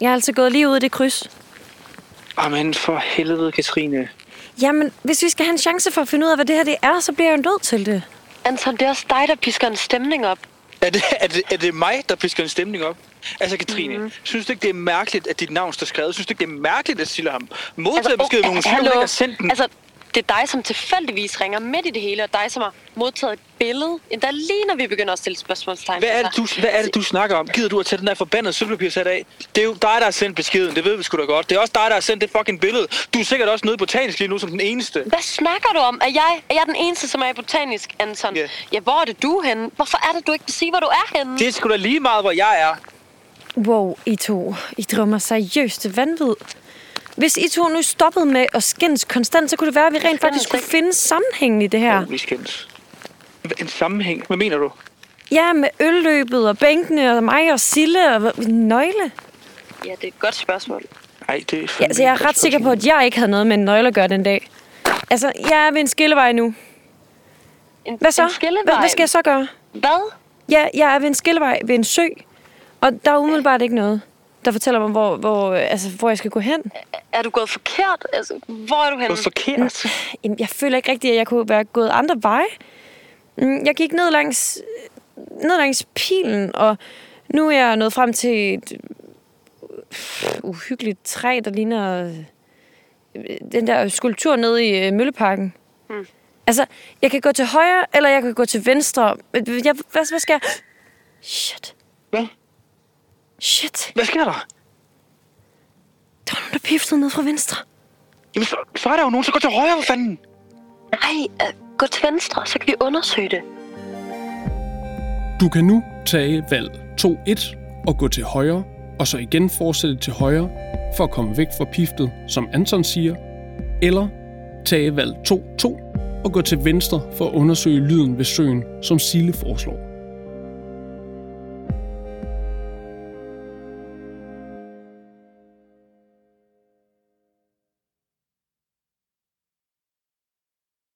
Jeg er altså gået lige ud i det kryds. Jamen for helvede, Katrine. Jamen, hvis vi skal have en chance for at finde ud af, hvad det her det er, så bliver jeg jo nødt til det. Anton, det er også dig, der pisker en stemning op. Er det, er det, er det mig, der pisker en stemning op? Altså, Katrine, Mhm. mm. synes du ikke, det er mærkeligt, at dit navn står skrevet? Synes du ikke, det er mærkeligt, at Silla har modtaget altså, beskeden, men hun siger, hun ikke har sendt den? Altså, oh, Altså, det er dig, som tilfældigvis ringer midt i det hele, og dig, som har modtaget et billede, endda lige når vi begynder at stille spørgsmålstegn. hvad, er det, Altså, du, hvad er det, du snakker om? Gider du at tage den der forbandede sølvpapir sat af? Det er jo dig, der har sendt beskeden. Det ved vi sgu da godt. Det er også dig, der har sendt det fucking billede. Du er sikkert også nede i botanisk lige nu som den eneste. Hvad snakker du om? Er jeg, er jeg den eneste, som er i botanisk, Anton? Ja. Ja, hvor er det du er henne? Hvorfor er det, du ikke vil sige, hvor du er henne? Det er sgu da lige meget, hvor jeg er. Wow, I to. I drømmer seriøst til vanvid. Hvis I to nu stoppede med at skændes konstant, så kunne det være, at vi rent faktisk kunne finde sammenhængen i det her. Oh, vi skændes. En sammenhæng. Hvad mener du? Ja, med ølløbet og bænkene og mig og Sille og hva- nøgle. Ja, det er et godt spørgsmål. Nej, det er Ja, altså, jeg er ret sikker på, at jeg ikke havde noget med en nøgle at gøre den dag. Altså, jeg er ved en skillevej nu. En, Hvad så? En skillevej. Hvad, hvad skal jeg så gøre? Hvad? Ja, jeg er ved en skillevej ved en sø, og der er umiddelbart ikke noget, der fortæller mig, hvor, hvor, øh, altså, hvor jeg skal gå hen. Er du gået forkert? Altså, hvor er du henne? Det er forkert. Jamen, jeg føler ikke rigtigt, at jeg kunne være gået andre veje. Mm, Jeg gik ned langs, ned langs pilen, og nu er jeg nået frem til et øh, uhyggeligt træ, der ligner øh, den der skulptur nede i øh, Mølleparken. Mm. Altså, jeg kan gå til højre, eller jeg kan gå til venstre. Men Jeg, hvad, hvad skal jeg? Shit. Hvad? Shit. Hvad sker der? Der var nogen, der piftede ned fra venstre. Jamen, så, så er der jo nogen, så går til højre, for fanden. Nej, øh, gå til venstre, så kan vi undersøge det. Du kan nu tage valg 2-1 og gå til højre, og så igen fortsætte til højre for at komme væk fra piftet, som Anton siger, eller tage valg 2-2 og gå til venstre for at undersøge lyden ved søen, som Sille foreslår.